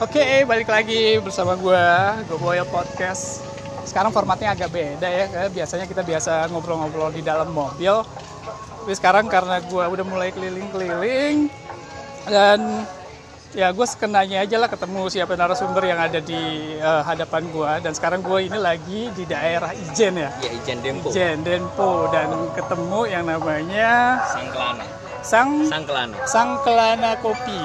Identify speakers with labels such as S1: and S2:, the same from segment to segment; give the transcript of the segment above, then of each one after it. S1: Oke, balik lagi bersama gue, Goboil Podcast. Sekarang formatnya agak beda ya, karena biasanya kita biasa ngobrol-ngobrol di dalam mobil. Tapi sekarang karena gue udah mulai keliling-keliling, dan ya gue sekenanya aja lah ketemu siapa narasumber yang ada di eh, hadapan gue. Dan sekarang gue ini lagi di daerah Ijen ya,
S2: Ya Ijen Dempo.
S1: Ijen Denpo. Dan ketemu yang namanya
S2: Sangkelana.
S1: Sang
S2: Sangkelana.
S1: Sang Kelana Kopi.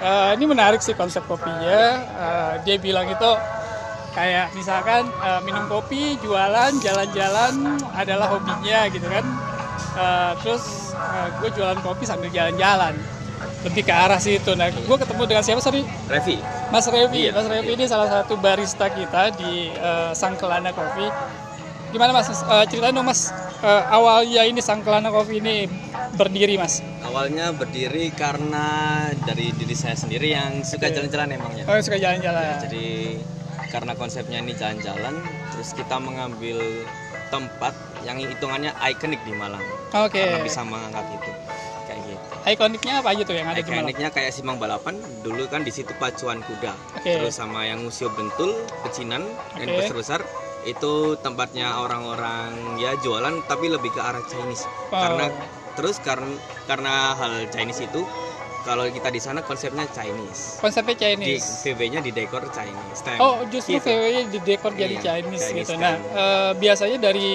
S1: Eh, ini menarik sih konsep kopinya. Eh, dia bilang itu kayak misalkan eh, minum kopi, jualan, jalan-jalan adalah hobinya gitu kan. Eh, terus gue jualan kopi sambil jalan-jalan. Lebih ke arah situ. Nah, gue ketemu dengan siapa sorry?
S2: Revi.
S1: Mas Revi.
S2: Iya,
S1: Mas Revi
S2: iya.
S1: ini salah satu barista kita di eh, Sang Kelana Kopi. Gimana Mas? Eh, ceritain dong Mas, eh, awalnya ini Sang Kelana Kopi ini berdiri Mas.
S2: Awalnya berdiri karena dari diri saya sendiri yang suka
S1: Oke.
S2: jalan-jalan emangnya.
S1: Oh, suka jalan-jalan.
S2: Jadi karena konsepnya ini jalan-jalan, terus kita mengambil tempat yang hitungannya ikonik di Malang.
S1: Oke.
S2: Karena bisa mengangkat itu. Kayak gitu.
S1: Ikoniknya apa aja tuh yang ada di Malang?
S2: Ikoniknya kayak Simang Balapan, dulu kan di situ pacuan kuda.
S1: Oke.
S2: Terus sama yang Museum Bentul, Pecinan, dan
S1: Oke.
S2: Pasar Besar itu tempatnya orang-orang ya jualan tapi lebih ke arah Chinese.
S1: Wow.
S2: Karena terus karena karena hal Chinese itu kalau kita di sana konsepnya Chinese.
S1: Konsepnya
S2: Di
S1: Chinese.
S2: VW-nya di dekor Chinese. Tem.
S1: Oh, justru
S2: Gitu.
S1: VW-nya di dekor jadi
S2: Iya,
S1: Chinese,
S2: Chinese
S1: gitu.
S2: kan.
S1: Nah, eh, biasanya dari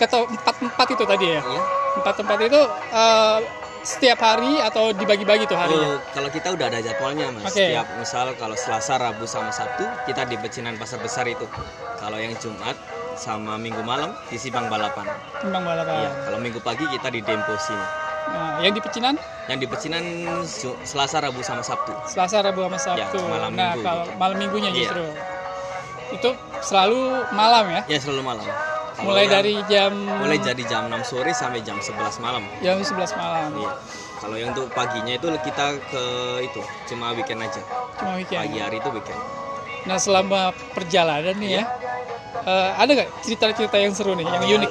S1: kata empat-empat itu tadi ya.
S2: Iya.
S1: Empat-empat itu eh, setiap hari atau dibagi-bagi tuh harinya.
S2: Oh, kalau kita udah ada jadwalnya
S1: ya? Oke.
S2: mas. Setiap misal kalau Selasa, Rabu sama Sabtu kita di pecinan pasar besar itu. Kalau yang Jumat sama Minggu malam di Simpang Balapan.
S1: Timbang balapan.
S2: Iya. Kalau Minggu pagi kita di Dempo sini.
S1: Nah, yang di Pecinan
S2: Yang di pecinan Ju- Selasa, Rabu sama Sabtu.
S1: Selasa, Rabu, sama Sabtu.
S2: Ya, malam
S1: nah,
S2: minggu
S1: kalau
S2: gitu.
S1: malam minggunya
S2: Iya.
S1: justru. Itu selalu malam ya.
S2: Ya selalu malam. Kalau
S1: Mulai
S2: yang-
S1: dari jam
S2: mulai dari jam 6 sore sampai jam 11 malam.
S1: jam 11 malam.
S2: Iya. Kalau yang untuk paginya itu kita ke itu cuma weekend aja.
S1: Cuma weekend.
S2: Pagi hari itu weekend.
S1: Nah selama perjalanan nih ya, eh, ada nggak cerita-cerita yang seru nih, yang unik?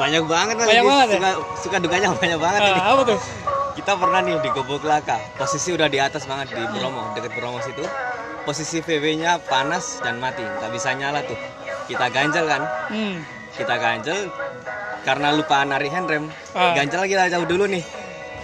S2: Banyak banget Mas.
S1: Banyak
S2: Ini
S1: banget ya?
S2: suka, suka dukanya banyak banget
S1: Eh,
S2: ini.
S1: apa tuh?
S2: Kita pernah nih di Gobok Laka. Posisi udah di atas banget di Bromo, deket Bromo situ. Posisi VW-nya panas dan mati, nggak bisa nyala tuh. Kita ganjel kan?
S1: Hmm,
S2: kita ganjel karena lupa narik handrem
S1: Ah.
S2: ganjel kita jauh dulu nih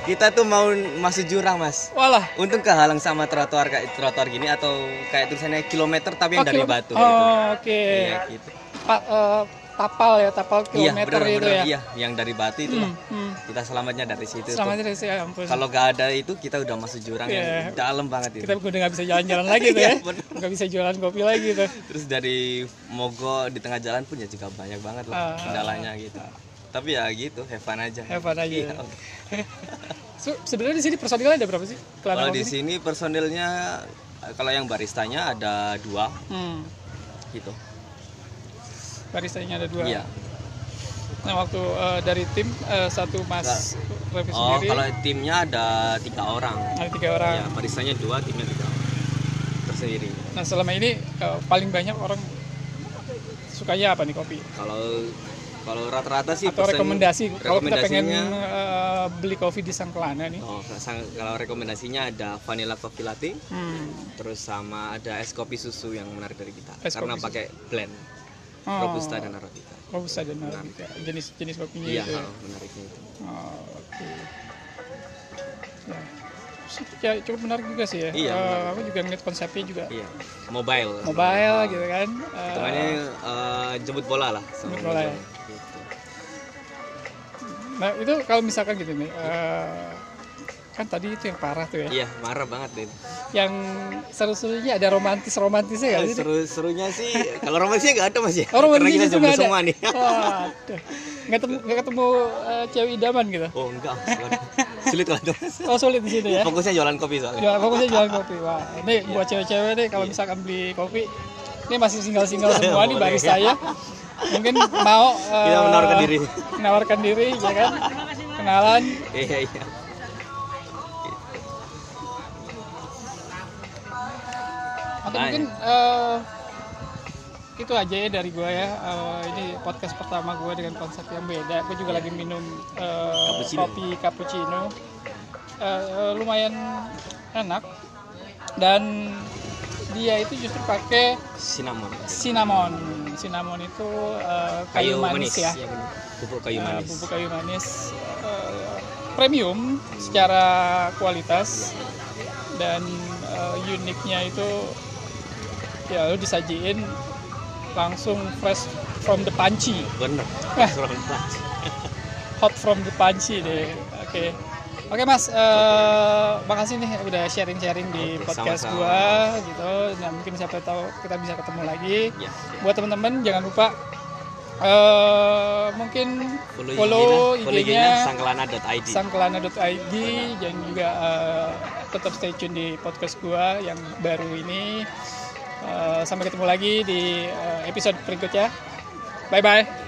S2: kita tuh mau masuk jurang mas
S1: walah.
S2: untung kehalang sama trotoar kayak trotoar gini atau kayak tulisannya kilometer tapi yang
S1: Oh,
S2: dari
S1: kilo-
S2: batu
S1: Oh,
S2: gitu.
S1: oke.
S2: Iya, gitu.
S1: Pa- eh, tapal ya, tapal
S2: iya
S1: kilometer
S2: benar
S1: itu
S2: benar
S1: ya.
S2: iya yang dari batu itu
S1: Hmm, hmm.
S2: kita selamatnya dari situ tuh.
S1: Selamat dari saya, ampun.
S2: kalau gak ada itu kita udah masuk jurang
S1: Iya.
S2: yang dalam banget itu
S1: Kita udah nggak bisa jalan-jalan lagi tuh
S2: Iya,
S1: ya.
S2: bener.
S1: Nggak bisa jualan kopi lagi tuh.
S2: terus dari mogok di tengah jalan pun ya juga banyak banget lah
S1: Ah.
S2: kendalanya gitu tapi ya gitu have fun aja
S1: Have fun aja.
S2: Iya, oke.
S1: So, sebenarnya di sini personilnya ada berapa sih? Kelana
S2: Kalau di
S1: Kopi?
S2: sini personilnya kalau yang baristanya ada dua
S1: Hmm,
S2: gitu.
S1: baristanya ada dua.
S2: Iya.
S1: Nah, waktu eh, dari tim, eh, satu mas Revi
S2: Oh,
S1: sendiri, Ah.
S2: kalau timnya ada tiga orang.
S1: ada tiga orang.
S2: Ya, baristanya dua, timnya tiga orang. Tersendiri.
S1: Nah selama ini eh, paling banyak orang sukanya apa nih kopi?
S2: Kalau kalau rata-rata sih
S1: Atau
S2: pesen-
S1: rekomendasi? Kalau kita pengen
S2: rekomendasinya-
S1: eh, beli kopi di Sangkelana nih.
S2: Oh, sang- kalau rekomendasinya ada vanilla coffee latte,
S1: Hmm.
S2: terus sama ada es kopi susu yang menarik dari kita
S1: Es kopi
S2: karena
S1: susu.
S2: pakai blend
S1: Oh.
S2: robusta dan arabica.
S1: Robusta dan Arabica. Jenis-jenis ya, kopinya
S2: Iya,
S1: itu. ya?
S2: oh, menariknya itu.
S1: Oh, oke. Nah, Ya, cukup menarik juga sih ya.
S2: Iya,
S1: Eh,
S2: menarik.
S1: aku juga ngeliat konsepnya juga
S2: Iya, mobile.
S1: mobile
S2: Ah.
S1: gitu kan. Eh,
S2: Hitungannya eh, jemput bola lah. sama
S1: Jemput bola ya.
S2: gitu.
S1: Nah itu kalau misalkan gitu nih, eh, kan tadi itu yang parah tuh ya.
S2: Iya, marah banget deh.
S1: Yang seru-serunya ada romantis-romantisnya kali sih.
S2: Seru-serunya Eh, sih, kalau romantisnya nggak ada mas
S1: Ya,
S2: ya.
S1: gitu. Oh,
S2: Karena
S1: romantisnya
S2: kita
S1: juga
S2: jomblo
S1: ada.
S2: semua nih.
S1: Waduh. Nggak ketemu, nggak ketemu eh, cewek idaman gitu.
S2: Oh enggak, Mas. Nggak ada. sulit kalau ada mas.
S1: Oh sulit di situ ya.
S2: Fokusnya jualan kopi soalnya.
S1: Jual, fokusnya jualan kopi. Wah, ini buat cewek-cewek deh kalau misalkan beli kopi. Ini masih single-single semua nih
S2: Iya, Boleh.
S1: baris saya. Mungkin mau eh,
S2: Kita menawarkan diri.
S1: Menawarkan diri ya kan. Kenalan.
S2: Iya iya.
S1: Atau
S2: Baik.
S1: mungkin eh, itu aja ya dari gue ya. Eh, ini podcast pertama gue dengan konsep yang beda. Gue juga lagi minum eh,
S2: Cappuccino.
S1: kopi cappuccino. Eh, eh, lumayan enak dan dia itu justru pakai
S2: Cinnamon.
S1: cinnamon. Cinnamon itu eh, kayu, manis, ya.
S2: Iya, benar. Pupuk kayu
S1: Eh,
S2: manis.
S1: Bubuk kayu manis eh, premium secara kualitas dan eh, uniknya itu ya lu disajiin langsung fresh from the panci,
S2: Bener.
S1: Eh.
S2: Surang Pak.
S1: hot from the panci deh. Oke. Oke Mas, eh, makasih nih udah sharing-sharing di
S2: Oke,
S1: podcast
S2: sama-sama.
S1: gua gitu. Dan mungkin siapa tahu kita bisa ketemu lagi.
S2: Ya.
S1: buat teman-teman jangan lupa eh mungkin
S2: Follow IG-nya,
S1: follow
S2: follow IG-nya
S1: IG-nya
S2: sangkelana.id.
S1: sangkelana.id dan juga eh, tetap stay tune di podcast gua yang baru ini Eh, sampai ketemu lagi di eh, episode berikutnya bye bye